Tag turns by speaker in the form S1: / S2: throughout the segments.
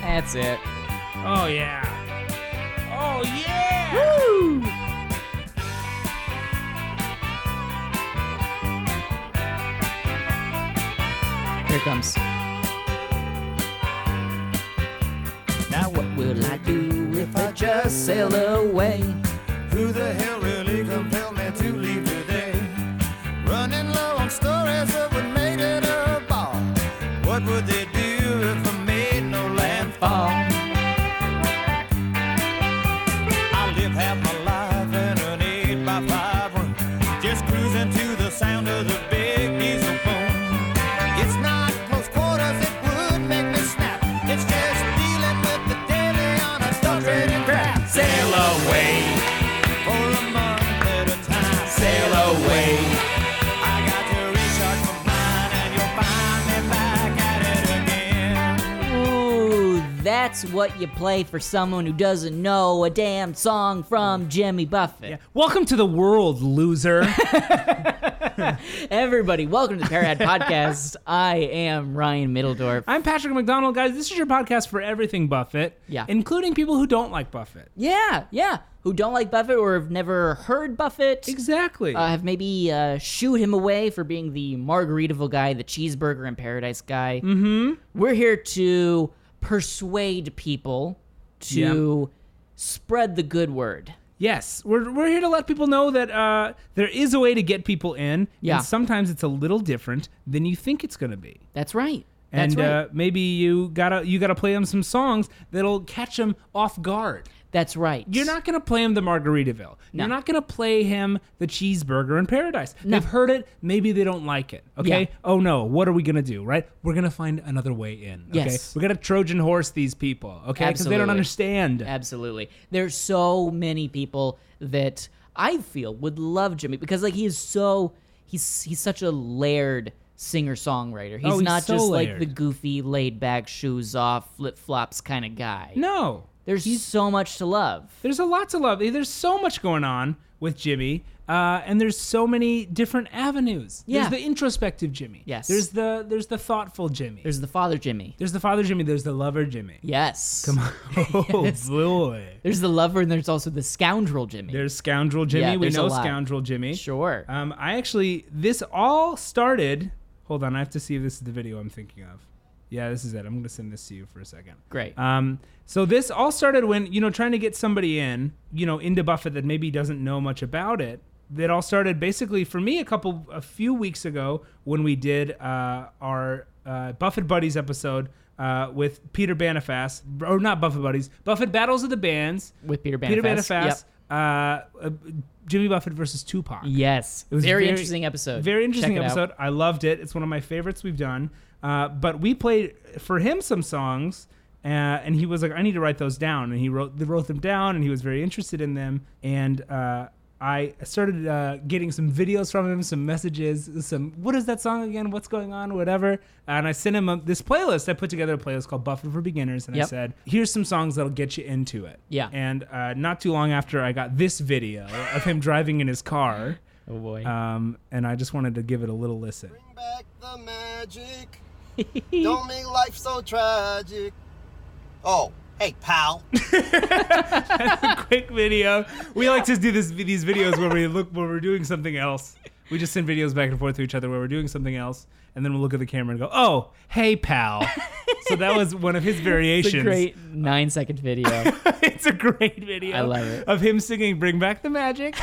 S1: That's it.
S2: Oh yeah. Oh yeah.
S1: Here it comes. Now what will I do if I just sail away?
S3: Who the hell really compelled me to leave today? Running low on stories of what made it a ball. What would they do if I made no landfall? I live half my life in an 8 by 5 room, just cruising to the sound of the big diesel boom. It's not close quarters, it would make me snap. It's just dealing with the daily unadulterated crap. Sail away for a month at a time. Sail away. I got to recharge my mind, and you'll find me back at it again.
S1: Ooh, that's what you play for someone who doesn't know a damn song from Jimmy Buffett.
S2: Welcome to the world, loser.
S1: Everybody, welcome to the Parrot Podcast. I am Ryan Middledorf.
S2: I'm Patrick McDonald, guys. This is your podcast for everything Buffett.
S1: Yeah.
S2: Including people who don't like Buffett.
S1: Yeah, yeah. Who don't like Buffett or have never heard Buffett.
S2: Exactly.
S1: uh, have maybe uh, shooed him away for being the Margaritaville guy, the cheeseburger in paradise guy. Mm-hmm. We're here to persuade people to spread the good word.
S2: yes. We're, we're here to let people know that uh, there is a way to get people in.
S1: Yeah.
S2: And sometimes it's a little different than you think it's going to be.
S1: That's right.
S2: And
S1: That's right.
S2: uh, maybe you gotta you gotta play them some songs that'll catch them off guard.
S1: That's right.
S2: You're not going to play him the
S1: No.
S2: Margaritaville. You're not going to play him the cheeseburger in paradise. They've heard it. Maybe they don't like it. Okay.
S1: Yeah.
S2: Oh no. What are we going to do? Right. We're going to find another way in. Okay.
S1: Yes.
S2: We're going to Trojan horse these people. Okay. Because they don't
S1: Absolutely.
S2: understand.
S1: Absolutely. There's so many people that I feel would love Jimmy because like he is so he's he's such a layered singer songwriter. He's
S2: Oh, he's
S1: not
S2: so
S1: just like
S2: layered.
S1: the goofy laid back shoes off flip flops kind of guy.
S2: No.
S1: There's so much to love.
S2: There's a lot to love. There's so much going on with Jimmy. Uh, and there's so many different avenues.
S1: Yeah.
S2: There's the introspective Jimmy.
S1: Yes.
S2: There's the there's the thoughtful Jimmy. There's,
S1: There's the father Jimmy.
S2: the father Jimmy. There's the lover Jimmy.
S1: Yes.
S2: Come on. Oh boy.
S1: There's the lover and there's also the scoundrel Jimmy.
S2: There's Scoundrel Jimmy. we
S1: there's a
S2: know
S1: lot.
S2: Scoundrel Jimmy.
S1: sure.
S2: Um, I actually, this all started. Hold on, I have to see if this is the video I'm thinking of. Yeah, this is it. I'm going to send this to you for a second.
S1: Great.
S2: Um, so this all started when, you know, trying to get somebody in, you know, into Buffett that maybe doesn't know much about it. That all started basically for me a couple, a few weeks ago when we did uh, our uh, Buffett Buddies episode uh, with Peter Banifast, or not Buffett Buddies, Buffett Battles of the Bands
S1: With Peter Banifast.
S2: Peter
S1: Yep.
S2: Banifast, uh, uh, Jimmy Buffett versus Tupac.
S1: Yes.
S2: was
S1: very,
S2: very-
S1: interesting episode.
S2: Very
S1: Check
S2: interesting
S1: it out.
S2: episode. I loved it. It's one of my favorites we've done. Uh, but we played for him some songs, uh, and he was like, "I need to write those down," and he wrote they wrote them down, and he was very interested in them. And uh, I started uh, getting some videos from him, some messages, some "What is that song again? What's going on? Whatever." And I sent him a, this playlist. I put together a playlist called Buffett for Beginners, and I
S1: Yep.
S2: said, "Here's some songs that'll get you into it."
S1: Yeah.
S2: And uh, not too long after, I got this video of him driving in his car.
S1: Oh boy.
S2: Um, and I just wanted to give it a little listen.
S4: Bring back the magic. Don't make life so tragic. Oh, hey, pal.
S2: Quick video. We like to do this these videos where we look where we're doing something else. We just send videos back and forth to each other where we're doing something else, and then we'll look at the camera and go, "Oh, hey, pal." so that was one of his
S1: it's
S2: variations.
S1: a great nine second video.
S2: it's a great video.
S1: I love it.
S2: Of him singing "Bring Back the Magic"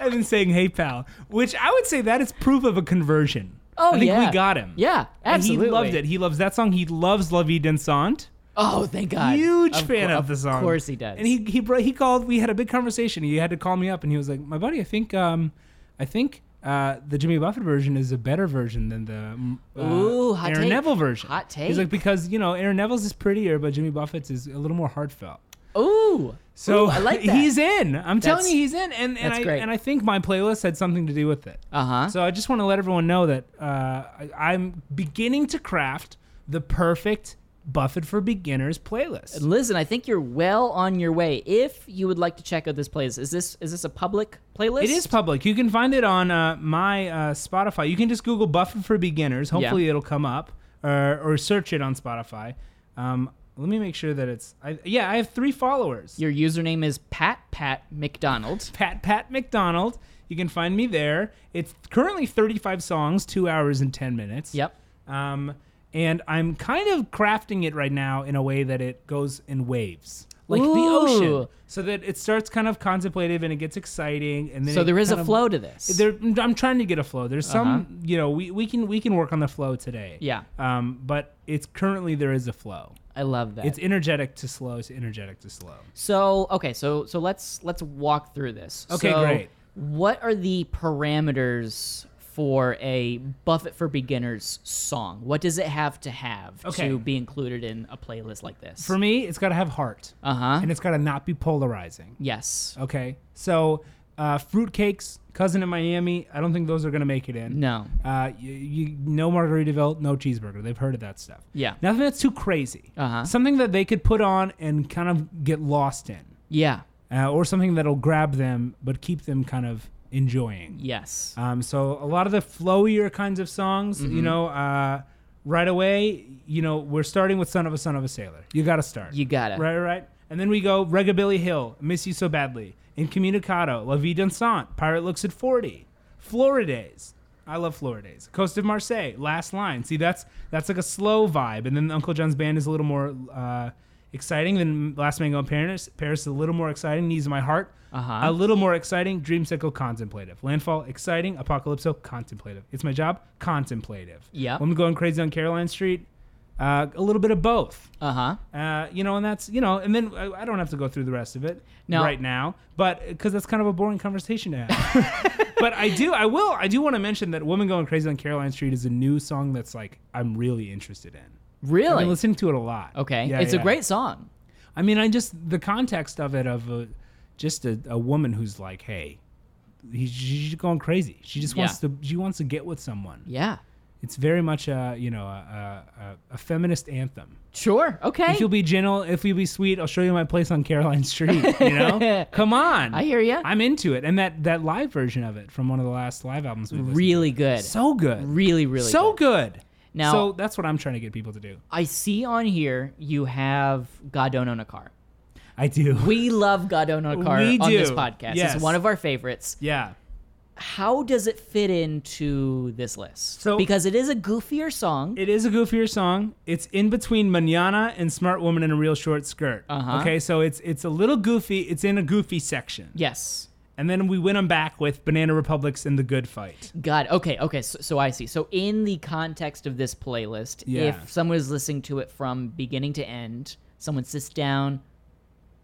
S2: and then saying "Hey, pal," which I would say that is proof of a conversion.
S1: Oh,
S2: I think
S1: yeah.
S2: we got him.
S1: Yeah,
S2: And
S1: absolutely.
S2: he loved it. He loves that song. He loves "La Vie Dansante."
S1: Oh, thank God.
S2: huge
S1: Of
S2: fan
S1: cour-
S2: of the song.
S1: Of course he does.
S2: And he he bro- he called. We had a big conversation. He had to call me up, and he was like, "My buddy, I think um, I think uh, the Jimmy Buffett version is a better version than the mm, uh,
S1: Ooh, hot
S2: Aaron
S1: take.
S2: Neville version."
S1: Hot
S2: He's like
S1: take.
S2: because you know Aaron Neville's is prettier, but Jimmy Buffett's is a little more heartfelt.
S1: Ooh.
S2: So
S1: Ooh, I like that.
S2: he's in. I'm telling
S1: That's-
S2: you, he's in, and and
S1: that's
S2: I
S1: great.
S2: and I think my playlist had something to do with it.
S1: Uh-huh.
S2: So I just want to let everyone know that uh, I, I'm beginning to craft the perfect Buffett for beginners playlist.
S1: Listen, I think you're well on your way. If you would like to check out this playlist, is this is this a public playlist?
S2: It is public. You can find it on uh, my uh, Spotify. You can just uh, Google Buffett for Beginners. Hopefully, it'll come up or, or search it on Spotify. Um, Let me make sure that it's. I, yeah, I have three followers.
S1: Your username is Pat Pat McDonald.
S2: Pat Pat McDonald. You can find me there. It's currently 35 songs, two hours and 10 minutes.
S1: Yep.
S2: Um, and I'm kind of crafting it right now in a way that it goes in waves, like the ocean,
S1: Ooh.
S2: so that it starts kind of contemplative and it gets exciting, and then
S1: So
S2: it
S1: there is a
S2: kind of-
S1: flow to this.
S2: There, I'm trying to get a flow. There's some, you know, we, we can we can work on the flow today.
S1: Uh-huh. Yeah.
S2: Um, but it's currently there is a flow.
S1: I love that.
S2: It's energetic to slow. It's energetic to slow.
S1: so okay, so so let's let's walk through this.
S2: Okay,
S1: So
S2: great.
S1: What are the parameters for a Buffett for Beginners song? What does it have to have
S2: Okay.
S1: to be included in a playlist like this?
S2: For me, it's got to have heart,
S1: uh huh.
S2: and it's got to not be polarizing.
S1: Yes.
S2: Okay. So, uh, fruitcakes, cousin in Miami. I don't think those are gonna make it in.
S1: No.
S2: Uh, you, you no Margaritaville, no cheeseburger. They've heard of that stuff.
S1: Yeah.
S2: Nothing that's too crazy.
S1: Uh-huh.
S2: Something that they could put on and kind of get lost in,
S1: Yeah.
S2: uh, or something that'll grab them but keep them kind of enjoying.
S1: Yes.
S2: Um, so a lot of the flowier kinds of songs,
S1: Mm-hmm.
S2: you know, uh, right away, you know, we're starting with "Son of a Son of a Sailor." You got to start.
S1: You gotta.
S2: Right, right. And then we go Regabilly Hill, Miss You So Badly, Incommunicado, La Vie Dansante, Pirate Looks at 40, Floridays. I love Floridays. Coast of Marseille, Last Line. See, that's that's like a slow vibe. And then Uncle John's Band is a little more uh, exciting than Last Mango in Paris. Paris is a little more exciting. Knees of My Heart.
S1: Uh-huh.
S2: A little more exciting. Dreamsicle, contemplative. Landfall, exciting. Apocalypso, contemplative. It's my job, contemplative.
S1: Yeah.
S2: When we going crazy on Caroline Street, uh, a little bit of both.
S1: Uh huh.
S2: Uh, you know, and that's you know, and then I, I don't have to go through the rest of it
S1: No.
S2: right now, but because that's kind of a boring conversation to have. but I do, I will, I do want to mention that "Woman Going Crazy on Caroline Street" is a new song that's like I'm really interested in. I've
S1: Really?
S2: been listening to it a lot.
S1: okay.
S2: Yeah,
S1: it's
S2: yeah.
S1: a great song.
S2: I mean, I just the context of it of a, just a, a woman who's like, hey, he, she's going crazy. She just wants
S1: Yeah.
S2: to, she wants to get with someone.
S1: Yeah.
S2: It's very much a, you know, a, a, a- a feminist anthem.
S1: Sure. Okay.
S2: If you'll be gentle, if you'll be sweet, I'll show you my place on Caroline Street. You know, come on.
S1: I hear ya.
S2: I'm into it, and that that live version of it from one of the last live albums we listened
S1: really good.
S2: to. so good,
S1: really, really
S2: so
S1: good.
S2: good.
S1: Now-
S2: so that's what I'm trying to get people to do.
S1: I see on here you have God Don't Own a Car.
S2: I do.
S1: We love God Don't Own a Car
S2: We
S1: on this
S2: do.
S1: podcast.
S2: Yes.
S1: It's one of our favorites.
S2: yeah,
S1: How does it fit into this list?
S2: So-
S1: because it is a goofier song.
S2: it is a goofier song. It's in between Manana and Smart Woman in a Real Short Skirt.
S1: Uh-huh.
S2: Okay, so it's it's a little goofy. It's in a goofy section,
S1: yes.
S2: and then we win them back with Banana Republics and the Good Fight.
S1: God. Okay. Okay. So, so I see. So in the context of this playlist,
S2: Yeah.
S1: if someone is listening to it from beginning to end, someone sits down,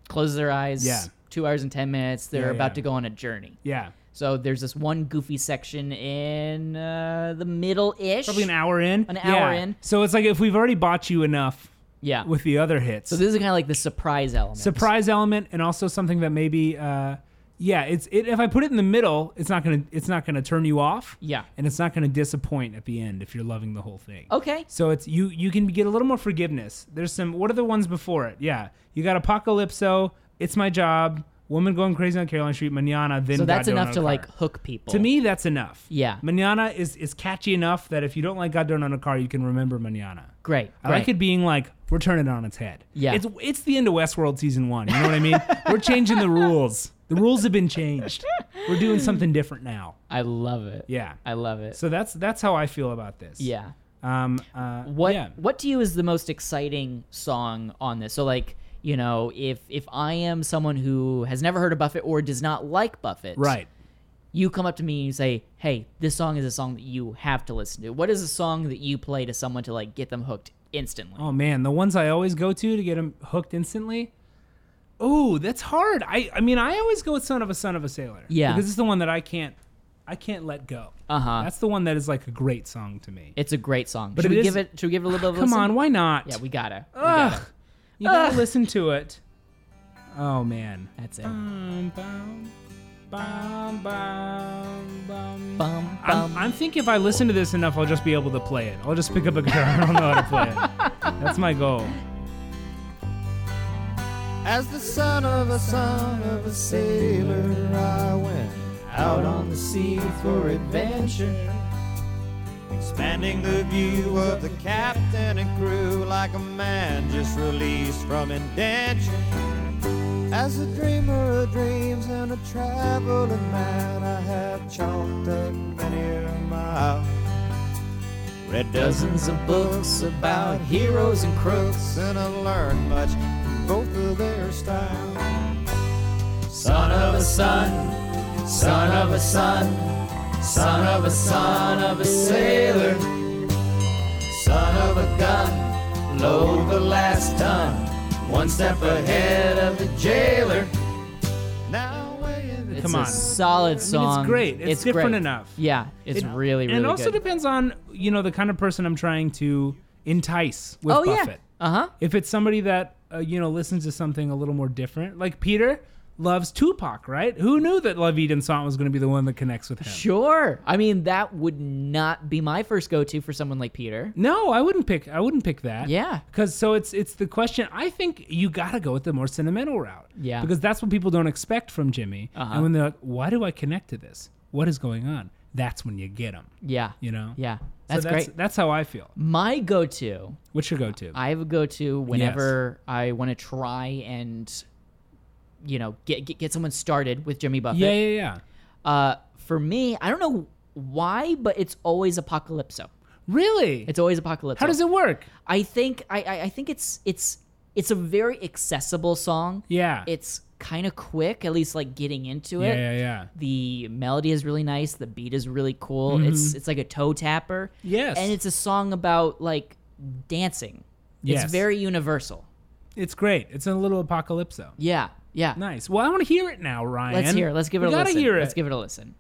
S1: closes their eyes.
S2: Yeah.
S1: Two hours and ten minutes. They're
S2: Yeah,
S1: about
S2: yeah.
S1: to go on a journey.
S2: Yeah,
S1: So there's this one goofy section in uh, the middle ish.
S2: probably an hour in.
S1: An hour in.
S2: So it's like if we've already bought you enough
S1: Yeah.
S2: with the other hits.
S1: so this is kind of like the surprise element.
S2: surprise element and also something that maybe uh yeah, it's it if I put it in the middle, it's not going to it's not going to turn you off.
S1: Yeah. Oh,
S2: And it's not going to disappoint at the end if you're loving the whole thing.
S1: Okay.
S2: So it's you you can get a little more forgiveness. There's some what are the ones before it? Yeah. You got Apocalypso, It's My Job, Woman Going Crazy on Caroline Street, Manana, then
S1: So that's
S2: God Don't
S1: enough
S2: Own a
S1: to
S2: Car.
S1: like hook people.
S2: To me, that's enough.
S1: Yeah.
S2: Manana is is catchy enough that if you don't like God Don't Own a Car, you can remember Manana.
S1: great.
S2: I like it being like we're turning it on its head.
S1: Yeah.
S2: it's it's the end of Westworld season one. You know what I mean? we're changing the rules. The rules have been changed. We're doing something different now.
S1: I love it.
S2: Yeah.
S1: I love it.
S2: So that's that's how I feel about this.
S1: yeah.
S2: Um. Uh,
S1: What
S2: Yeah.
S1: What to you is the most exciting song on this? So like you know if if I am someone who has never heard of Buffett or does not like Buffett,
S2: Right.
S1: You come up to me and you say, "Hey, this song is a song that you have to listen to." What is a song that you play to someone to like get them hooked instantly?
S2: Oh man, the ones I always go to to get them hooked instantly. Oh, that's hard. I I mean, I always go with "Son of a Son of a Sailor."
S1: Yeah.
S2: Because it's the one that I can't, I can't let go.
S1: Uh-huh.
S2: That's the one that is like a great song to me.
S1: It's a great song.
S2: But
S1: should
S2: it
S1: we
S2: is-
S1: give it? Should we give it a little bit?
S2: Come
S1: of a listen?
S2: on, why not?
S1: Yeah, we gotta. We
S2: Ugh.
S1: gotta.
S2: You gotta listen to it. Oh man.
S1: That's it.
S2: Bum, bum, bum, bum, bum.
S1: Bum,
S2: I'm,
S1: bum.
S2: I'm thinking if I listen to this enough, I'll just be able to play it. I'll just pick up a guitar and I'll know how to play it. That's my goal.
S3: As the son of a son of a sailor, I went out on the sea for adventure. spanning the view of the captain and crew like a man just released from indenture. As a dreamer of dreams and a traveling man, I have chalked up many a mile. Read dozens of books about heroes and crooks, and I learned much from both of their style. Son of a son, son of a son, son of a son of a sailor, son of a gun, load the last ton, one step ahead of the jailer. Now weighing
S1: It's
S2: Come
S1: a
S2: on.
S1: solid song.
S2: great. It's different
S1: great.
S2: enough.
S1: Yeah, it's
S2: It-
S1: really really
S2: and it also
S1: good.
S2: depends on you know the kind of person I'm trying to entice with
S1: oh
S2: Buffett.
S1: yeah. Uh huh.
S2: If it's somebody that uh, you know listens to something a little more different, like Peter loves Tupac, right? Who knew that Love Eden song was going to be the one that connects with him?
S1: Sure. I mean, that would not be my first go to for someone like Peter.
S2: No, I wouldn't pick. I wouldn't pick that.
S1: Yeah.
S2: Because so it's it's the question. I think you got to go with the more sentimental route.
S1: Yeah.
S2: Because that's what people don't expect from Jimmy.
S1: Uh-huh.
S2: And when they're like, "Why do I connect to this? What is going on?" That's when you get them.
S1: Yeah.
S2: You know.
S1: Yeah.
S2: So
S1: That's, great.
S2: That's how I feel.
S1: My go to,
S2: What's your go-to?
S1: I have a go to whenever I want to try and, you know, get, get get someone started with Jimmy Buffett.
S2: yeah, yeah, yeah.
S1: Uh, for me, I don't know why, but it's always Apocalypso.
S2: Really?
S1: It's always Apocalypso.
S2: how does it work?
S1: I think I, I I think it's it's it's a very accessible song.
S2: Yeah.
S1: It's kind of quick, at least like getting into it.
S2: yeah, yeah, yeah.
S1: The melody is really nice. The beat is really cool. It's it's like a toe tapper.
S2: Mm-hmm. Yes.
S1: And it's a song about like dancing.
S2: Yes.
S1: It's very universal.
S2: It's great. It's a little apocalypso.
S1: Yeah. Yeah.
S2: Nice. Well, I want to hear it now, Ryan.
S1: Let's hear. It. Let's give it
S2: we
S1: a
S2: gotta
S1: listen.
S2: Hear it.
S1: Let's give it a listen.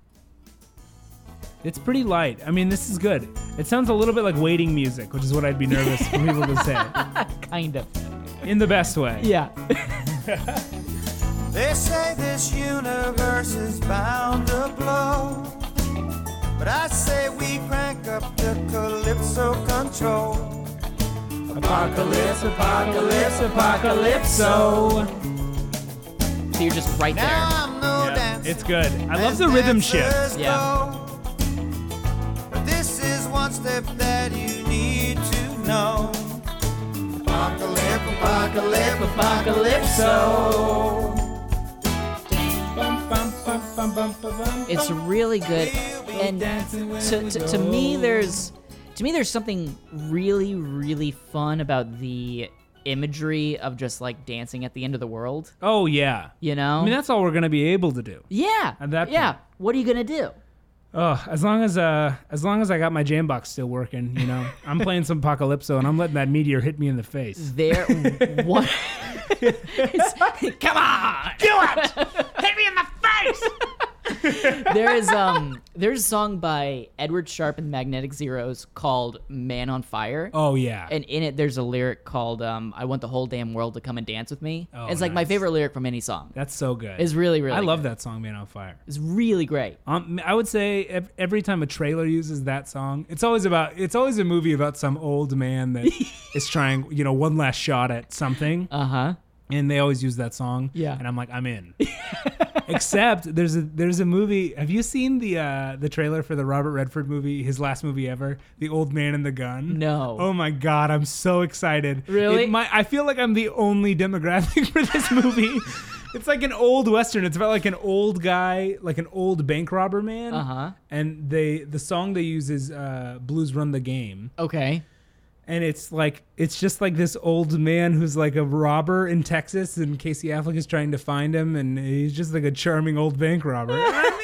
S2: It's pretty light. I mean, this is good. It sounds a little bit like waiting music, which is what I'd be nervous for people to say,
S1: Kind of.
S2: in the best way.
S1: Yeah.
S3: They say this universe is bound to blow. But I say we crank up the calypso control. Apocalypse, apocalypse,
S2: Apocalypso.
S1: so you're just right there.
S3: Now I'm no
S2: Yeah,
S3: dancer.
S2: it's good. I love the rhythm shift.
S1: Yeah.
S3: But this is one step that you need to know. Apocalypse, apocalypse, apocalypso.
S1: It's really good. And
S2: dancing when
S1: to,
S2: we
S1: to, to me,
S2: go.
S1: there's to me there's something really really fun about the imagery of just like dancing at the end of the world.
S2: Oh yeah.
S1: You know?
S2: I mean, that's all we're gonna be able to do.
S1: yeah.
S2: At that
S1: yeah.
S2: point.
S1: What are you gonna do?
S2: Oh, as long as uh, as long as I got my jam box still working, you know, I'm playing some apocalypso and I'm letting that meteor hit me in the face.
S1: There. what? Come on. Do it.
S2: Hit me in the face.
S1: there is um there's a song by Edward Sharpe and the Magnetic Zeros called "Man on Fire."
S2: Oh yeah.
S1: and in it there's a lyric called um, i want the whole damn world to come and dance with me
S2: Oh,
S1: it's like my
S2: nice.
S1: favorite lyric from any song
S2: that's so good.
S1: it's really really
S2: I love
S1: good.
S2: that song, Man on Fire.
S1: it's really great
S2: Um, I would say ev- every time a trailer uses that song, it's always about it's always a movie about some old man that is trying, you know, one last shot at something,
S1: uh-huh
S2: and they always use that song.
S1: Yeah.
S2: and I'm like, I'm in. Except there's a there's a movie. Have you seen the uh, the trailer for the Robert Redford movie, his last movie ever, The Old Man and the Gun?
S1: No.
S2: Oh my god, I'm so excited.
S1: Really?
S2: It might, I feel like I'm the only demographic for this movie. it's like an old western. It's about like an old guy, like an old bank robber man.
S1: Uh-huh.
S2: And they the song they use is uh, "Blues Run the Game."
S1: okay
S2: and it's like it's just like this old man who's like a robber in Texas, and Casey Affleck is trying to find him, and he's just like a charming old bank robber. I'm in.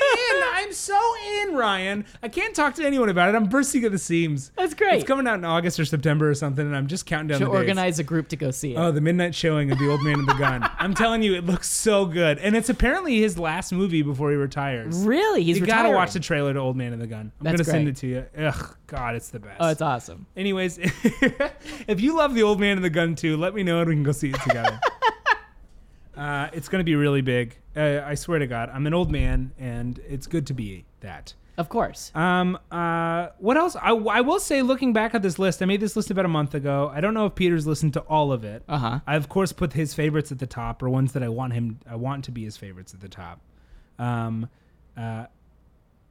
S2: I'm so in, Ryan. I can't talk to anyone about it. I'm bursting at the seams.
S1: That's great.
S2: It's coming out in August or September or something, and I'm just counting down
S1: to
S2: the days.
S1: organize a group to go see it
S2: Oh, the midnight showing of the old man and the gun. I'm telling you, it looks so good, and it's apparently his last movie before he retires.
S1: really he's
S2: You gotta
S1: retiring.
S2: watch the trailer to Old Man and the Gun. I'm
S1: That's
S2: gonna send
S1: great.
S2: it to you. Ugh, God, it's the best.
S1: oh it's awesome
S2: Anyways, if you love the old man and the gun too, let me know and we can go see it together. uh, it's going to be really big. Uh, I swear to God, I'm an old man, and it's good to be that.
S1: of course
S2: Um, uh, what else? I, I will say, looking back at this list, I made this list about a month ago. I don't know if Peter's listened to all of it.
S1: Uh-huh.
S2: I of course put his favorites at the top, or ones that I want him, I want to be his favorites at the top. Um, uh,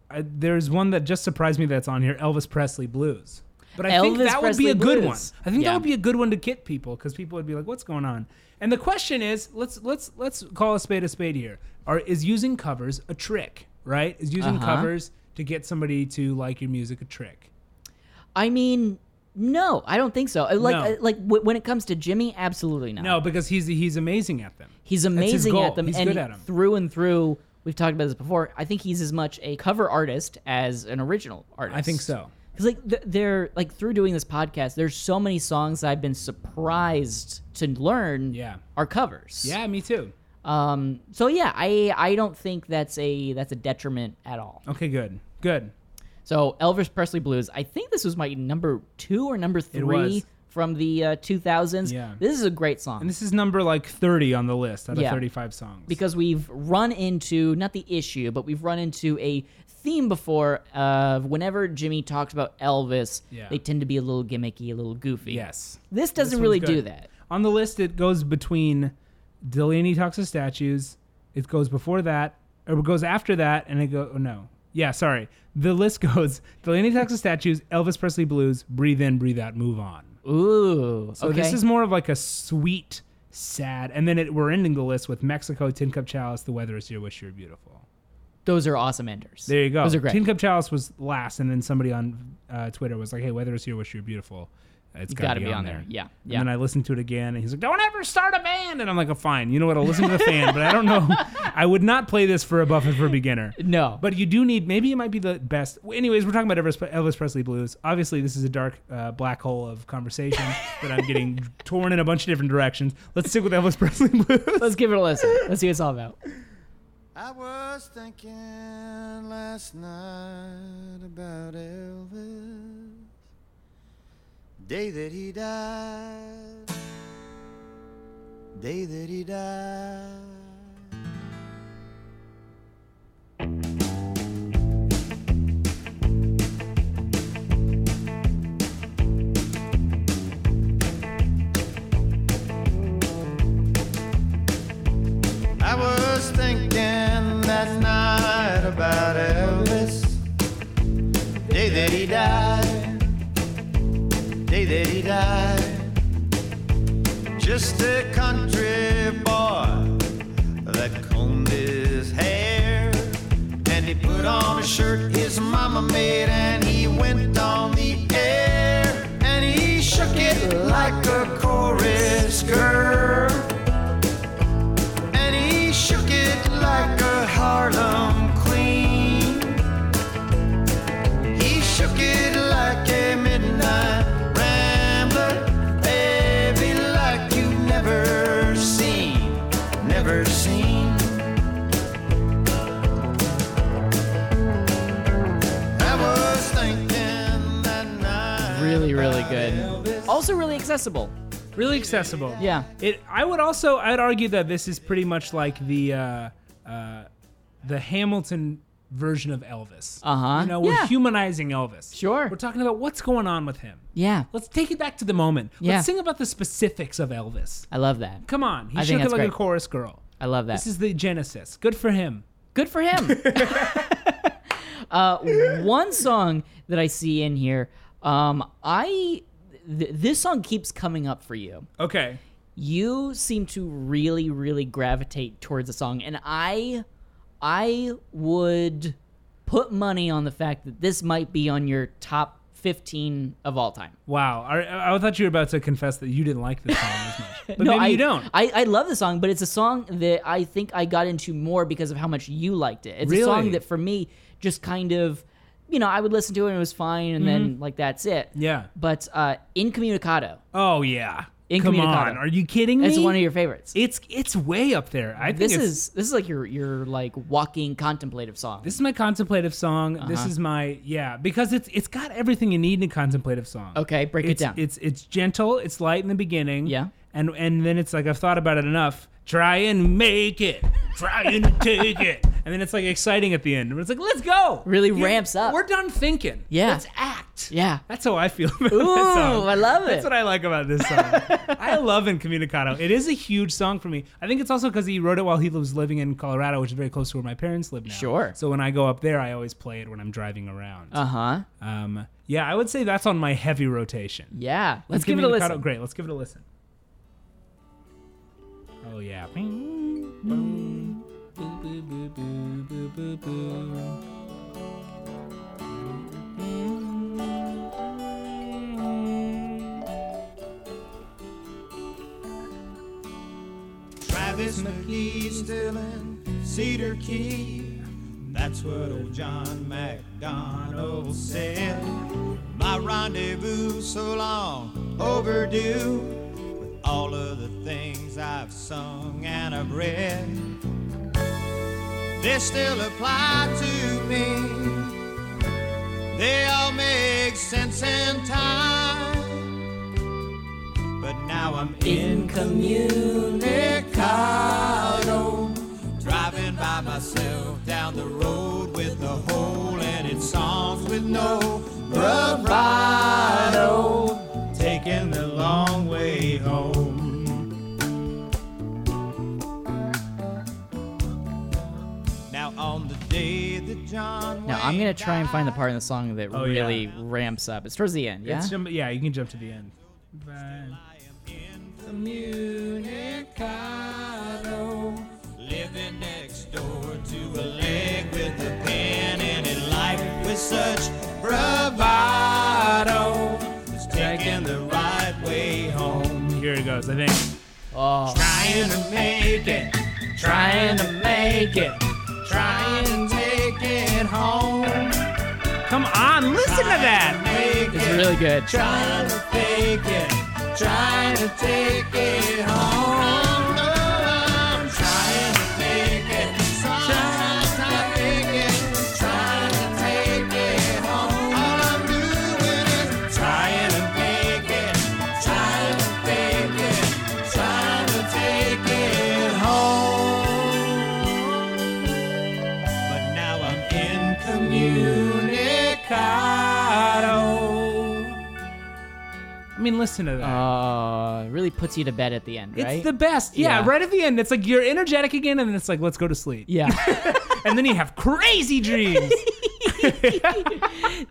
S2: I, there's one that just surprised me that's on here Elvis Presley Blues. But I think
S1: Elvis
S2: that would be
S1: Presley
S2: a good
S1: Blues.
S2: one. I think
S1: Yeah.
S2: that would be a good one to get people because people would be like, "What's going on?" And the question is, let's let's let's call a spade a spade here. Are is using covers a trick? Right? Is using
S1: Uh-huh.
S2: covers to get somebody to like your music a trick?
S1: I mean, no, I don't think so. I- Like,
S2: No.
S1: I- like w- when it comes to Jimmy, absolutely not.
S2: No, because he's he's amazing at them.
S1: he's
S2: his
S1: amazing
S2: goal.
S1: at them,
S2: He's
S1: and
S2: good at 'em.
S1: through and through. We've talked about this before. I think he's as much a cover artist as an original artist.
S2: I think so.
S1: Because like th- they're like through doing this podcast, there's so many songs that I've been surprised to learn
S2: Yeah.
S1: are covers.
S2: Yeah, me too.
S1: Um. So yeah, I I don't think that's a that's a detriment at all.
S2: Okay, good, good.
S1: So Elvis Presley Blues. I think this was my number two or number three
S2: was.
S1: from the uh, 2000s.
S2: Yeah.
S1: This is a great song.
S2: And this is number like 30 on the list out of
S1: Yeah.
S2: 35 songs.
S1: because we've run into not the issue, but we've run into a theme before of whenever Jimmy talks about Elvis,
S2: Yeah.
S1: they tend to be a little gimmicky, a little goofy.
S2: yes,
S1: This
S2: This
S1: doesn't
S2: one's
S1: really
S2: good.
S1: do that.
S2: on the list it goes between Delaney talks to statues. It goes before that, or it goes after that, and it go oh, no. Yeah, sorry. The list goes Delaney talks to statues, Elvis Presley blues, breathe in, breathe out, move on.
S1: Ooh.
S2: So
S1: okay.
S2: this is more of like a sweet, sad, and then it, we're ending the list with Mexico, Tin Cup Chalice, The Weather Is Your Wish, You're Beautiful.
S1: Those are awesome enders.
S2: There you go.
S1: Those are great.
S2: Tin Cup Chalice was last, and then somebody on uh, Twitter was like, "Hey, weather is here. Wish you're beautiful. It's got to be, on there."
S1: Yeah,
S2: And
S1: yeah.
S2: then I listened to it again, and he's like, "Don't ever start a band." And I'm like, "Oh, fine. You know what? I'll listen to the fan, but I don't know. I would not play this for a Buffett for beginner.
S1: No.
S2: But you do need. Maybe it might be the best. Anyways, we're talking about Elvis, Elvis Presley blues. Obviously, this is a dark uh, black hole of conversation that I'm getting torn in a bunch of different directions. Let's stick with Elvis Presley blues.
S1: Let's give it a listen. Let's see what it's all about.
S4: I was thinking last night about Elvis, day that he died, day that he died. I was thinking that night about Elvis. Day that he died. Day that he died. Just a country boy that combed his hair. And he put on a shirt his mama made and he went on the air. And he shook it like a chorus girl and he shook it like a Harlem queen. He shook it like a midnight rambler, baby, like you never seen, never seen. I was thinking that night.
S1: Really, really
S4: about
S1: good.
S4: Elvis.
S1: Also, really accessible.
S2: really accessible.
S1: Yeah.
S2: It. I would also. I'd argue that this is pretty much like the uh, uh, the Hamilton version of Elvis.
S1: Uh-huh.
S2: You know, we're
S1: Yeah.
S2: humanizing Elvis.
S1: Sure.
S2: We're talking about what's going on with him.
S1: Yeah.
S2: Let's take it back to the moment.
S1: Yeah.
S2: Let's sing about the specifics of Elvis.
S1: I love that.
S2: Come on, he
S1: I think
S2: shook it
S1: that's
S2: like a
S1: great.
S2: chorus girl.
S1: I love that.
S2: This is the genesis. Good for him.
S1: Good for him. uh, one song that I see in here, um, I th- this song keeps coming up for you.
S2: Okay.
S1: You seem to really, really gravitate towards the song, and I, I would put money on the fact that this might be on your top fifteen of all time.
S2: Wow. I, I thought you were about to confess that you didn't like this song as much, but maybe
S1: I,
S2: you don't.
S1: I, I love the song, but it's a song that I think I got into more because of how much you liked it. It's a
S2: Really?
S1: song that for me just kind of, you know, I would listen to it and it was fine, and then like that's it.
S2: Mm-hmm. yeah.
S1: But uh, Incommunicado,
S2: Oh yeah. Come
S1: Incommunicado.
S2: on. Are you kidding me?
S1: that's one of your favorites.
S2: It's it's way up there. I think
S1: this
S2: it's-
S1: is this is like your your like walking contemplative song.
S2: this is my contemplative song. This
S1: Uh-huh.
S2: is my yeah because it's it's got everything you need in a contemplative song.
S1: okay, break
S2: it's,
S1: it down.
S2: It's it's gentle. It's light in the beginning.
S1: Yeah.
S2: and and then it's like I've thought about it enough. Try and make it. Try and take it. and then it's like exciting at the end. And it's like, let's go.
S1: Really
S2: You-
S1: ramps up.
S2: We're done thinking.
S1: Yeah.
S2: Let's act.
S1: Yeah.
S2: That's how I feel about
S1: Ooh,
S2: this song.
S1: I love it.
S2: That's what I like about this song. I love Incommunicado. It is a huge song for me. I think it's also because he wrote it while he was living in Colorado, which is very close to where my parents live now.
S1: Sure.
S2: So when I go up there, I always play it when I'm driving around.
S1: Uh huh.
S2: um, yeah, I would say that's on my heavy rotation.
S1: Yeah. Let's give it a
S2: Incommunicado-
S1: listen.
S2: Great. Let's give it a listen. Oh, yeah.
S4: Travis McGee's still in Cedar Key. That's what old John MacDonald said. My rendezvous so long overdue. With all of the things I've sung and I've read, they still apply to me. They all make sense in time. But now I'm in Nikado, driving by myself down the road with a hole and its songs with no bravado, taking the long way home. Now on the day that John
S1: Now I'm gonna try and find the part in the song that
S2: Oh, yeah.
S1: really ramps up. It's towards the end. Yeah.
S2: It's jump- yeah, you can jump to the end. Bye.
S4: Communicado, living next door to a leg with a pen and in life with such bravado, is taking the right way home.
S2: Here it goes, I think.
S1: Oh.
S4: Trying to make it, trying to make it, trying to take it home.
S2: Come on, listen to that.
S4: Make
S1: It's
S4: it,
S1: really good.
S4: trying to fake it, trying to take it home. No, I'm trying to fake it, sometimes I fake it, trying to take it home. All I'm doing is trying to fake it, trying to fake it, trying to take it home. But now I'm incommunicado.
S2: I mean, listen to that.
S1: Uh, it really puts you to bed at the end, right?
S2: It's the best. Yeah,
S1: Yeah.
S2: right at the end. It's like you're energetic again, and then it's like, let's go to sleep.
S1: yeah.
S2: And then you have crazy dreams.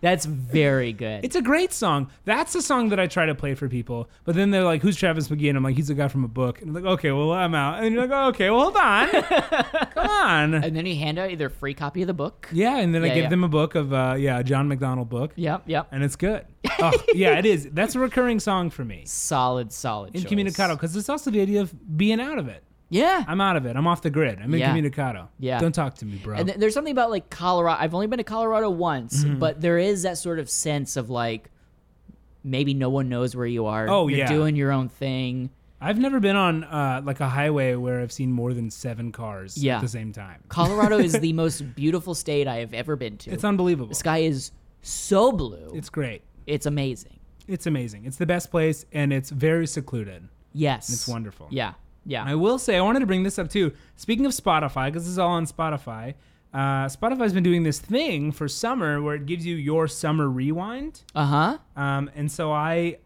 S1: That's very good.
S2: it's a great song. That's a song that I try to play for people. But then they're like, who's Travis McGee? And I'm like, he's a guy from a book. And they're like, okay, well, I'm out. And you're like, oh, okay, well, hold on. Come on.
S1: and then you hand out either a free copy of the book.
S2: Yeah, and then I
S1: Yeah,
S2: give
S1: yeah.
S2: them a book of, uh, yeah, a John McDonald book.
S1: Yep. Yep.
S2: And it's good. Oh, yeah, it is. That's a recurring song for me.
S1: solid, solid. choice.
S2: Incommunicado, because it's also the idea of being out of it.
S1: Yeah.
S2: I'm out of it. I'm off the grid. I'm
S1: Yeah.
S2: incommunicado.
S1: Yeah.
S2: Don't talk to me, bro.
S1: And th- there's something about like Colorado. I've only been to Colorado once,
S2: Mm-hmm.
S1: but there is that sort of sense of like maybe no one knows where you are.
S2: Oh,
S1: You're
S2: yeah.
S1: doing your own thing.
S2: I've never been on uh, like a highway where I've seen more than seven cars
S1: Yeah.
S2: at the same time.
S1: Colorado is the most beautiful state I have ever been to.
S2: It's unbelievable.
S1: the sky is so blue. It's,
S2: It's great.
S1: amazing.
S2: It's amazing. It's the best place, and it's very secluded.
S1: Yes.
S2: It's wonderful.
S1: Yeah. Yeah.
S2: I will say, I wanted to bring this up too. Speaking of Spotify, because this is all on Spotify, uh, Spotify's been doing this thing for summer where it gives you your summer rewind.
S1: uh huh.
S2: Um, and so I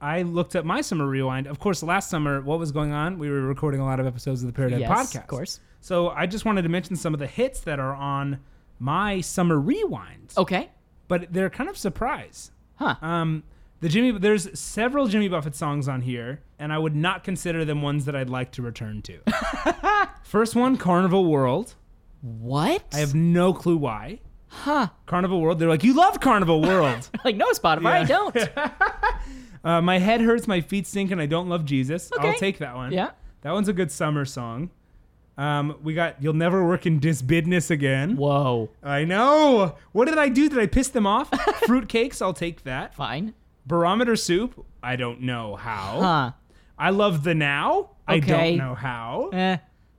S2: I looked up my summer rewind. Of course, last summer, what was going on? We were recording a lot of episodes of the Paradigm
S1: Yes,
S2: podcast.
S1: of course.
S2: So I just wanted to mention some of the hits that are on my summer rewind.
S1: Okay.
S2: But they're kind of surprise.
S1: Huh.
S2: Um, the Jimmy there's several Jimmy Buffett songs on here, and I would not consider them ones that I'd like to return to. First one, Carnival World.
S1: what?
S2: I have no clue why.
S1: huh.
S2: Carnival World. They're like, you love Carnival World.
S1: Like no Spotify. I
S2: Yeah.
S1: don't.
S2: Uh, my head hurts, my feet stink, and I don't love Jesus.
S1: Okay.
S2: I'll take that one.
S1: Yeah.
S2: That one's a good summer song. Um, we got You'll Never Work in Dis Business Again.
S1: Whoa.
S2: I know. What did I do? Did I piss them off? Fruitcakes, I'll take that.
S1: Fine.
S2: Barometer Soup, I don't know how.
S1: Huh.
S2: I Love the Now, I
S1: Okay.
S2: don't know how.
S1: Eh.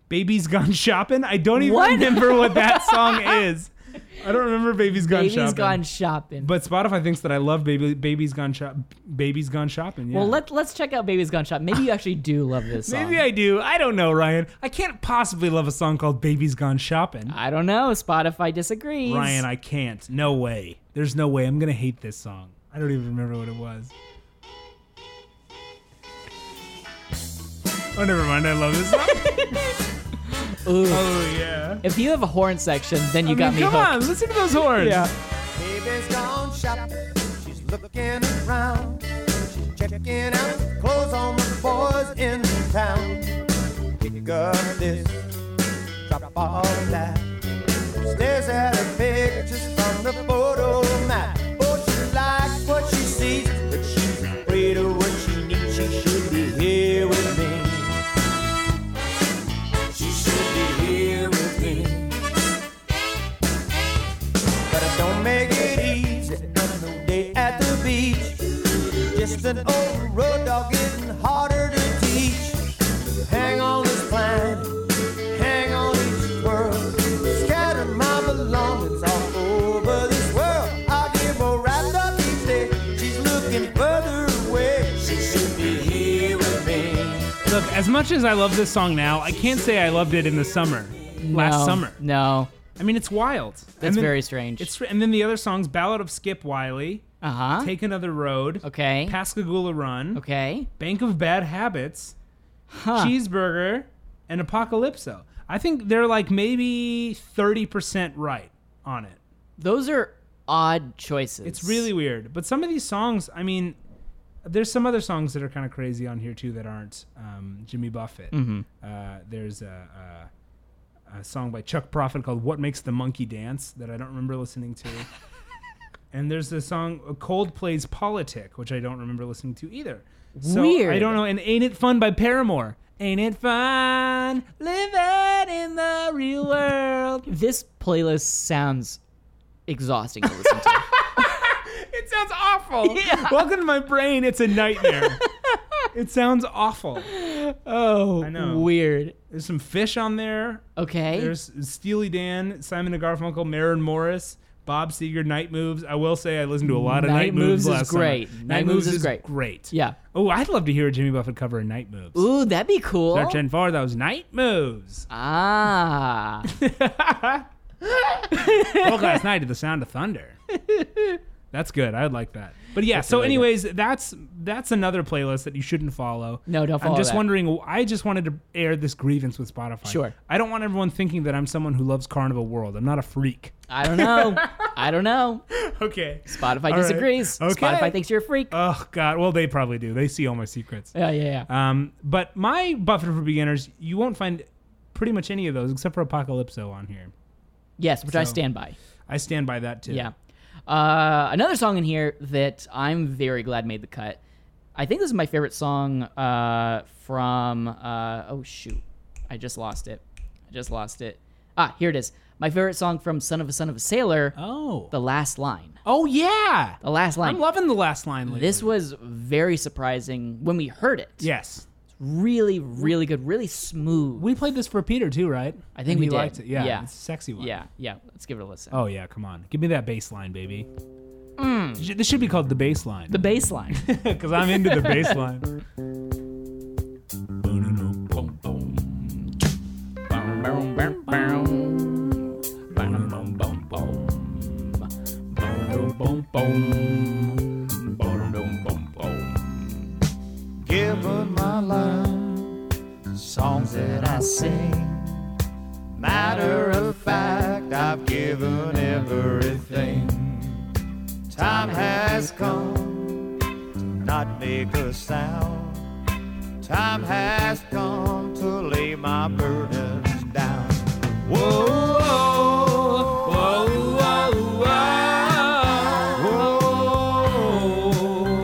S2: Baby's Gone Shopping, I don't even
S1: What?
S2: remember what that song is. I don't remember Baby's Gone
S1: Baby's
S2: Shopping.
S1: gone shopping.
S2: But Spotify thinks that I love Baby Baby's Gone Shop Baby's Gone Shopping. Yeah.
S1: well, let let's check out Baby's Gone Shopping. Maybe you actually do love this song.
S2: Maybe I do. I don't know, Ryan. I can't possibly love a song called Baby's Gone Shopping.
S1: I don't know. Spotify disagrees.
S2: Ryan, I can't. No way. There's no way. I'm gonna hate this song. I don't even remember what it was. Oh, never mind. I love this song.
S1: Ooh.
S2: oh yeah.
S1: If you have a horn section, then you
S2: I
S1: got
S2: mean,
S1: me
S2: come
S1: hooked.
S2: on, listen to those horns.
S1: Yeah.
S4: Baby's gone shopping. She's looking around. She's checking out clothes on the boys in town. Pick up this, drop all of that. Stares at her pictures from the photo map. Oh, she likes what she sees, but she's afraid of what she needs. She should be here with me. She should be here with me but I don't make it easy. Another day at the beach, just an old road dog getting harder to teach. Hang on this plan, hang on each word, scatter my belongings all over this world. I get more wrapped up each day. She's looking further away. She should be here with me.
S2: Look, as much as I love this song now, I can't say I loved it in the summer, last
S1: No,
S2: summer.
S1: No.
S2: I mean, it's wild.
S1: That's very strange.
S2: It's and then the other songs, Ballad of Skip Wiley,
S1: Uh huh.
S2: Take Another Road,
S1: Okay.
S2: Pascagoula Run,
S1: Okay.
S2: Bank of Bad Habits,
S1: Huh.
S2: Cheeseburger, and Apocalypso. I think they're like maybe thirty percent right on it.
S1: Those are odd choices.
S2: It's really weird. But some of these songs, I mean, there's some other songs that are kind of crazy on here too that aren't um, Jimmy Buffett. Uh, there's a, a, a song by Chuck Prophet called "What Makes the Monkey Dance" that I don't remember listening to. and there's the song uh, Coldplay's "Politic," which I don't remember listening to either. So I
S1: Weird.
S2: don't know. And "Ain't It Fun" by Paramore. Ain't it fun living in the real world?
S1: This playlist sounds exhausting to listen to.
S2: It sounds awful. Welcome to my brain. It's a nightmare. it sounds awful.
S1: oh,
S2: I know.
S1: Weird.
S2: There's some fish on there.
S1: Okay.
S2: There's Steely Dan, Simon and Garfunkel, Maren Morris, Bob Seger, Night Moves. I will say I listened to a lot of
S1: Night
S2: Night,
S1: Moves is
S2: last summer.
S1: great.
S2: Night,
S1: Night
S2: Moves
S1: Moves is great.
S2: Great.
S1: yeah.
S2: Oh, I'd love to hear a Jimmy Buffett cover of Night Moves.
S1: Ooh, that'd be cool.
S2: Search and for those Night Moves.
S1: ah.
S2: Spoke last night to the sound of thunder. That's good. I'd like that. But yeah. so,
S1: really good.
S2: anyways, that's that's another playlist that you shouldn't follow.
S1: No, don't follow
S2: I'm just
S1: that.
S2: wondering. I just wanted to air this grievance with Spotify.
S1: Sure.
S2: I don't want everyone thinking that I'm someone who loves Carnival World. I'm not a freak.
S1: I don't know. I don't know.
S2: Okay.
S1: Spotify
S2: right.
S1: disagrees.
S2: Okay.
S1: Spotify thinks you're a freak.
S2: Oh God. Well, they probably do. They see all my secrets.
S1: yeah, yeah, yeah.
S2: Um, but my Buffett for Beginners, you won't find pretty much any of those except for Apocalypso on here.
S1: yes, which I
S2: so-
S1: stand by.
S2: I stand by that too.
S1: Yeah. Uh, another song in here that I'm very glad made the cut. I think this is my favorite song uh, from. Uh, oh, shoot. I just lost it. I just lost it. Ah, here it is. My favorite song from Son of a Son of a Sailor,
S2: Oh.
S1: The Last Line.
S2: oh yeah.
S1: The Last Line.
S2: I'm loving the last line. Lately.
S1: this was very surprising when we heard it.
S2: Yes.
S1: Really, really good. Really smooth.
S2: We played this for Peter too, right?
S1: I think
S2: And
S1: we
S2: he
S1: did.
S2: liked it. Yeah,
S1: Yeah.
S2: It's a sexy one.
S1: yeah, yeah. Let's give it a listen.
S2: Oh yeah, come on. Give me that bass line, baby. Sh- This should be called the bass line.
S1: Mm. The bass line.
S2: Because I'm into the bass line.
S4: Give her my love, songs that I sing. Matter of fact, I've given everything. Time has come to not make a sound. Time has come to lay my burdens down. Whoa, whoa, whoa, whoa, whoa.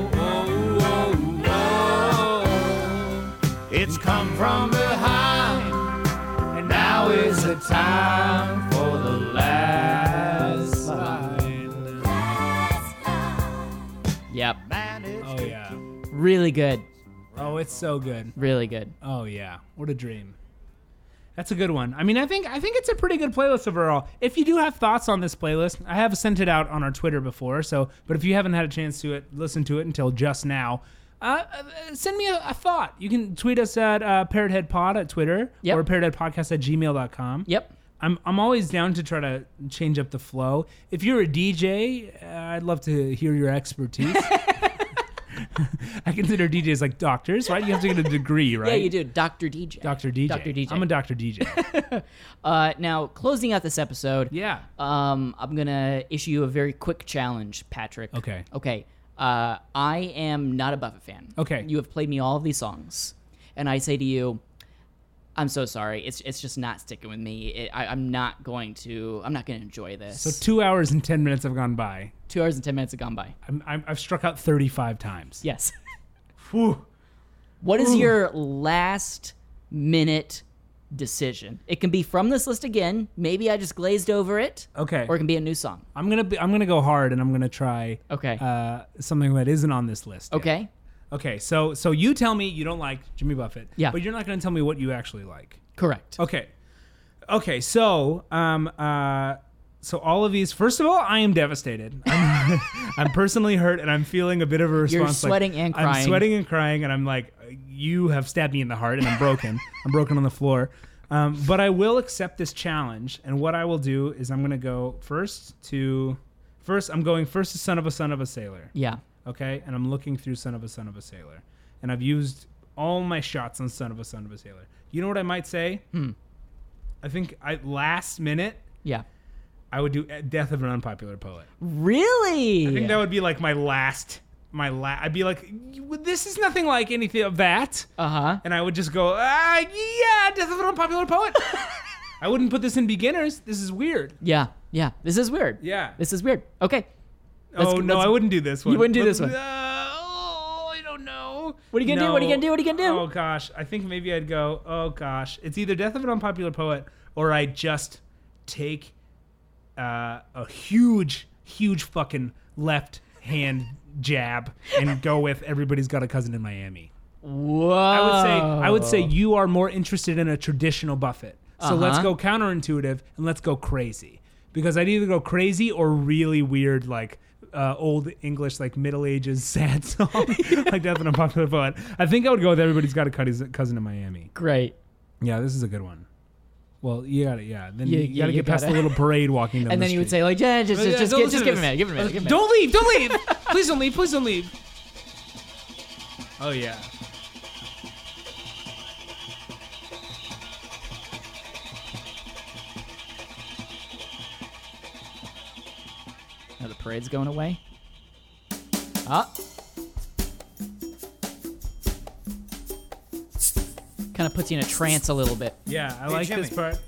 S4: Whoa, whoa, whoa. It's come from behind, and now is the time for the last line.
S1: yep.
S4: Man, it's
S2: Oh yeah.
S1: Really good.
S2: Oh, it's so good.
S1: Really good.
S2: Oh yeah. What a dream. That's a good one. I mean, I think I think it's a pretty good playlist overall. If you do have thoughts on this playlist, I have sent it out on our Twitter before. So, but if you haven't had a chance to it, listen to it until just now. Uh, uh, send me a, a thought. You can tweet us at uh, parrotheadpod at Twitter
S1: Yep.
S2: or parrotheadpodcast at gmail.com.
S1: Yep.
S2: I'm, I'm always down to try to change up the flow. If you're a DJ, uh, I'd love to hear your expertise. I consider DJs like doctors, right? You have to get a degree, right?
S1: Yeah, you do. Dr. DJ.
S2: Dr. DJ.
S1: Dr. DJ.
S2: I'm a Dr. DJ.
S1: uh, now, closing out this episode,
S2: yeah.
S1: um, I'm going to issue a very quick challenge, Patrick.
S2: Okay.
S1: Okay. Uh, I am not a Buffett fan.
S2: Okay.
S1: You have played me all of these songs, and I say to you, I'm so sorry. It's it's just not sticking with me. It, I, I'm not going to. I'm not going to enjoy this.
S2: So two hours and 10 minutes have gone by.
S1: two hours and ten minutes have gone by.
S2: I'm, I'm, I've struck out 35 times.
S1: Yes.
S2: Whew.
S1: What is your last minute decision? It can be from this list again. Maybe I just glazed over it,
S2: Okay.
S1: or it can be a new song.
S2: I'm gonna be, I'm gonna go hard, and I'm gonna try
S1: Okay.
S2: uh, something that isn't on this list. yet.
S1: okay.
S2: Okay. So so you tell me you don't like Jimmy Buffett.
S1: Yeah.
S2: But you're not gonna tell me what you actually like.
S1: Correct.
S2: Okay. Okay. So, um, uh, so all of these. First of all, I am devastated. I'm, I'm personally hurt, and I'm feeling a bit of a response. like-
S1: sweating and
S2: I'm
S1: crying.
S2: sweating and crying, and I'm like, you have stabbed me in the heart, and I'm broken. I'm broken on the floor. Um, but I will accept this challenge, and what I will do is I'm gonna go first to, first I'm going first to Son of a Son of a Sailor
S1: Yeah.
S2: okay? And I'm looking through Son of a Son of a Sailor. And I've used all my shots on Son of a Son of a Sailor. You know what I might say? I think I, last minute,
S1: Yeah.
S2: I would do eh, Death of an Unpopular Poet.
S1: Really?
S2: I think that would be like my last, my last, I'd be like, this is nothing like anything of that.
S1: uh huh.
S2: And I would just go, ah, yeah, Death of an Unpopular Poet. I wouldn't put this in beginners. This is weird.
S1: Yeah. Yeah. This is weird.
S2: Yeah.
S1: This is weird. Okay. Let's-
S2: oh, no,
S1: let's-
S2: I wouldn't do this one.
S1: wouldn't do
S2: Let's-
S1: this one.
S2: Uh, oh, I don't know.
S1: What are you gonna do? What are you
S2: No.
S1: gonna do? What are you gonna do?
S2: Oh gosh, I think maybe I'd go. Oh gosh, it's either death of an unpopular poet or I just take uh, a huge, huge fucking left hand jab and go with everybody's got a cousin in Miami.
S1: Whoa.
S2: I would say I would say you are more interested in a traditional Buffett. So let's
S1: Oh. Uh-huh.
S2: go counterintuitive and let's go crazy because I'd either go crazy or really weird like. Uh, old English, like Middle Ages, sad song, like that's an unpopular poet. I think I would go with everybody's got a Cous- cousin in Miami.
S1: great.
S2: Yeah, this is a good one. Well, you got to Yeah, then
S1: Yeah,
S2: you,
S1: yeah,
S2: got to
S1: you
S2: get past
S1: gotta-
S2: the little parade walking down.
S1: And
S2: the
S1: then you would
S2: street. Oh,
S1: say like, yeah, just
S2: Yeah,
S1: just just,
S2: don't
S1: give,
S2: listen
S1: just give
S2: to
S1: it a
S2: this.
S1: minute, give it a minute, give it a minute.
S2: Don't leave! Don't leave! please don't leave! Please don't leave! Oh yeah.
S1: Now the parade's going away. Ah. Kind of puts you in a trance a little bit.
S2: Yeah, I
S4: Hey,
S2: like
S4: Jimmy.
S2: this part.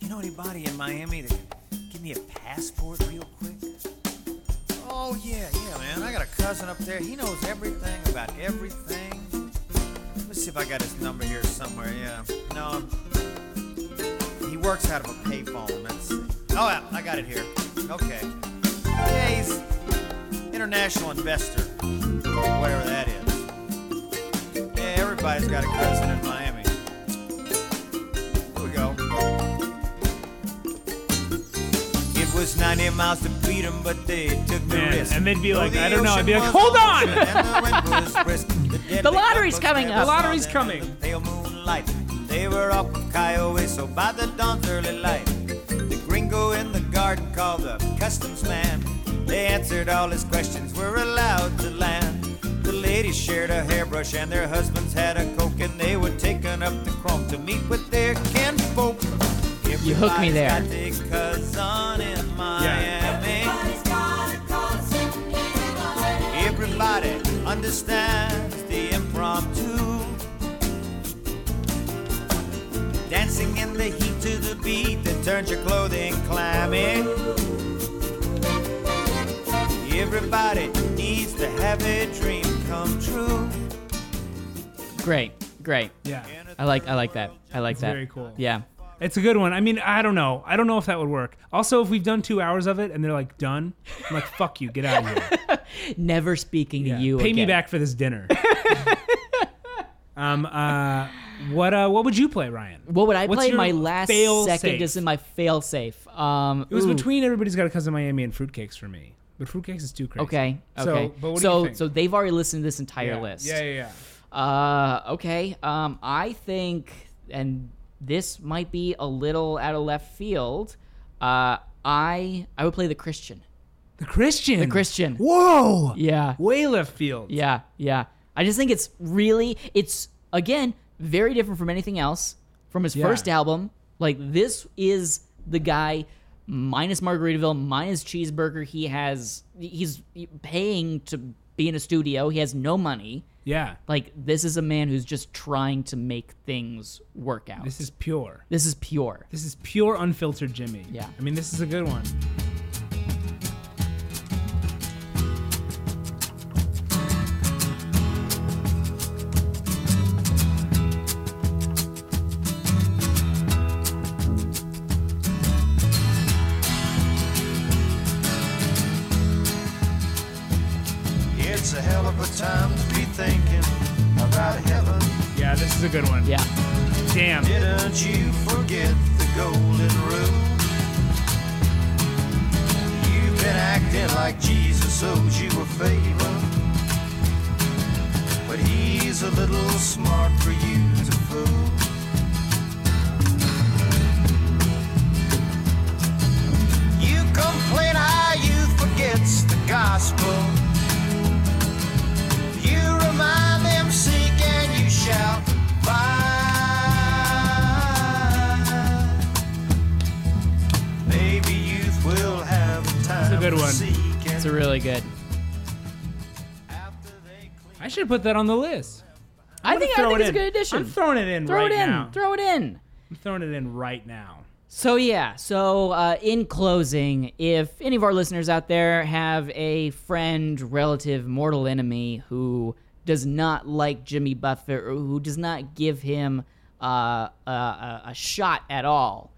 S4: You know anybody in Miami that can give me a passport real quick? Oh, yeah, yeah, man. I got a cousin up there. He knows everything about everything. Let's see if I got his number here somewhere. Yeah. No. He works out of a payphone. Let's see. Oh, yeah, I got it here. Okay. Yeah, he's international investor. Whatever that is. Yeah, everybody's got a cousin in Miami. Here we go. It was 90 miles to beat 'em, but they took the
S2: Man,
S4: risk.
S2: and they'd be
S4: Though
S2: like,
S4: the
S2: I don't know, I'd be
S4: ocean
S2: like,
S4: was
S2: "Hold on!"
S4: ocean and the wind was brisk, the
S1: The lottery's coming up.
S2: The lottery's coming.
S4: the pale moonlight. They were off from Kiowa, so by the dawn's early light, the gringo in the garden called the customs man. They answered all his questions, were allowed to land. The ladies shared a hairbrush and their husbands had a coke, and they were taken up the chrome to meet with their kinfolk.
S1: You hooked me there.
S4: Everybody's got their cousin in Miami. Everybody understands the impromptu. Dancing in the heat to the beat that turns your clothing clammy. Everybody needs to have a dream come true.
S1: Great, great.
S2: Yeah.
S1: I like I like that. I like that.
S2: very cool.
S1: Yeah.
S2: It's a good one. I mean, I don't know. I don't know if that would work. Also, if we've done two hours of it and they're like done, I'm like, fuck you, get out of here.
S1: Never speaking
S2: Yeah.
S1: to you.
S2: Pay me
S1: again.
S2: back for this dinner. Um, uh, what uh, what would you play, Ryan?
S1: What would I
S2: What's
S1: play?
S2: your
S1: My last
S2: fail
S1: second
S2: safe?
S1: is in my fail safe. Um,
S2: It was
S1: ooh.
S2: between Everybody's Got a Cousin Miami and Fruitcakes for me, but Fruitcakes is too crazy.
S1: Okay.
S2: So,
S1: Okay.
S2: but what do
S1: so
S2: you think?
S1: so they've already listened to this entire
S2: yeah.
S1: list.
S2: Yeah, yeah, yeah.
S1: Uh, okay. Um, I think, and this might be a little out of left field. Uh, I I would play the Christian.
S2: The Christian. The
S1: Christian.
S2: Whoa.
S1: Yeah.
S2: Way left field.
S1: Yeah. Yeah. I just think it's really it's again very different from anything else from his
S2: Yeah.
S1: first album. Like this is the guy minus Margaritaville minus Cheeseburger. He has he's paying to be in a studio. He has no money.
S2: Yeah.
S1: Like this is a man who's just trying to make things work out.
S2: This is pure.
S1: This is pure.
S2: This is pure unfiltered Jimmy.
S1: Yeah.
S2: I mean, this is a good one.
S4: It's a hell of a time to be thinking about heaven.
S2: Yeah, this is a good one.
S1: Yeah.
S2: Damn.
S4: Didn't you forget the golden rule? You've been acting like Jesus owes you a favor. But he's a little smart for you to fool. You complain how youth forgets the gospel. You remind them seek and you shall find. Maybe youth will have time
S2: a good
S4: to
S2: one.
S4: seek
S1: It's
S4: and
S1: a really good.
S4: after they clean.
S2: I should put that on the list.
S1: I
S2: I'm gonna
S1: think I
S2: throw
S1: think
S2: it
S1: it's a
S2: in.
S1: good addition.
S2: I'm throwing it in
S1: throw
S2: right
S1: it in.
S2: now.
S1: Throw it in.
S2: I'm throwing it in right now.
S1: So yeah, so uh, in closing, if any of our listeners out there have a friend, relative, mortal enemy who does not like Jimmy Buffett or who does not give him uh, a, a, a shot at all,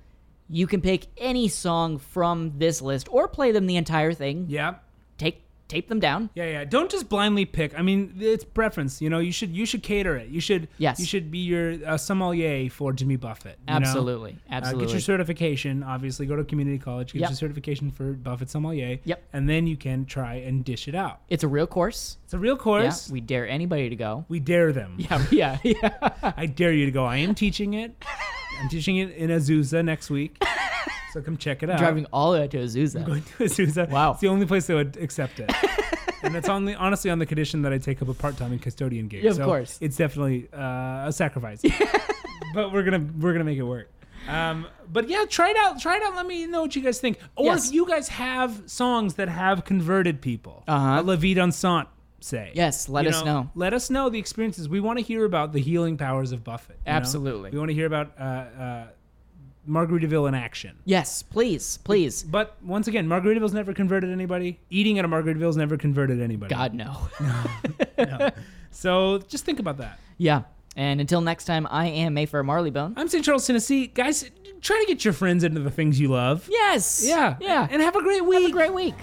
S1: you can pick any song from this list or play them the entire thing.
S2: Yeah.
S1: Take tape them down.
S2: Yeah, yeah. Don't just blindly pick. I mean, it's preference. You know, you should you should cater it. You should
S1: Yes.
S2: You should be your uh, sommelier for Jimmy Buffett. you know?
S1: Absolutely,
S2: Uh,
S1: absolutely.
S2: get your certification. Obviously, go to community college. Get
S1: Yep.
S2: your certification for Buffett sommelier.
S1: Yep.
S2: And then you can try and dish it out.
S1: it's a real course.
S2: It's a real course.
S1: Yeah,
S2: we,
S1: we dare anybody to go.
S2: dare them.
S1: Yeah, yeah, yeah.
S2: I dare you to go. I am teaching it. I'm teaching it in Azusa next week. So come check it out.
S1: Driving all the way to Azusa.
S2: going to Azusa.
S1: Wow.
S2: It's the only place they would accept it. and it's only honestly on the condition that I take up a part-time and custodian gig.
S1: Yeah, of
S2: so
S1: course.
S2: It's definitely uh, a sacrifice. but we're gonna we're gonna make it work. Um, but yeah, try it out. Try it out. Let me know what you guys think. Or
S1: Yes.
S2: if you guys have songs that have converted people.
S1: Uh-huh.
S2: A La Vie Dansante, say.
S1: Yes, let
S2: You
S1: us know.
S2: Let us know the experiences. We want to hear about the healing powers of Buffett. you know?
S1: Absolutely.
S2: We want to hear about uh, uh, Margaritaville in action.
S1: Yes, please, please.
S2: But once again, Margaritaville's never converted anybody. Eating at a Margaritaville's never converted anybody.
S1: God no.
S2: So just think about that.
S1: Yeah. And until next time, I am Mayfair Marleybone.
S2: I'm St. Charles, Tennessee. Guys, try to get your friends into the things you love.
S1: Yes.
S2: Yeah.
S1: Yeah.
S2: And have a great week.
S1: have a great week.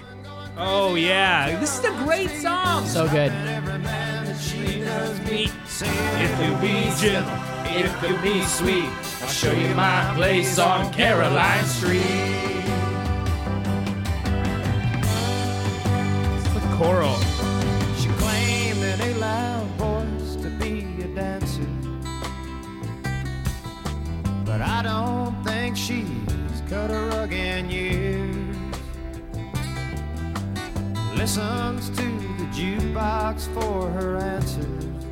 S2: oh, yeah. This is a great song.
S1: So good.
S4: Every man that she does meet, say
S5: If you be gentle, if you be sweet, I'll show you my place on Caroline Street.
S2: With choral.
S4: She claimed in a loud voice to be a dancer. But I don't think she's cut a rug in years. Listens to the jukebox for her answers.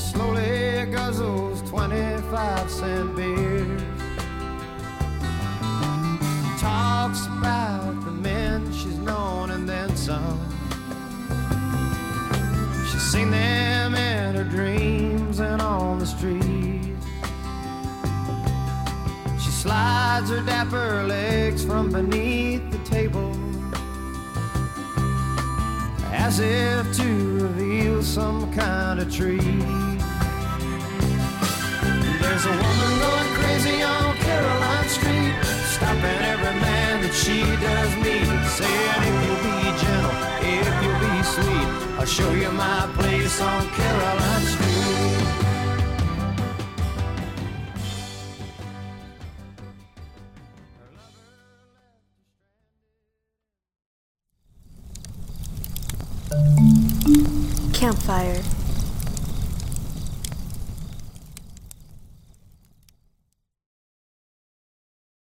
S4: Slowly guzzles 25 cent beers. Talks about the men she's known and then some. She's seen them in her dreams and on the street. She slides her dapper legs from beneath the table as if to reveal some kind of treat. There's a woman going crazy on Caroline Street, stopping every man that she does meet, saying if you'll be gentle, if you'll be sweet, I'll I'll show you my place on Caroline Street.
S6: Campfire.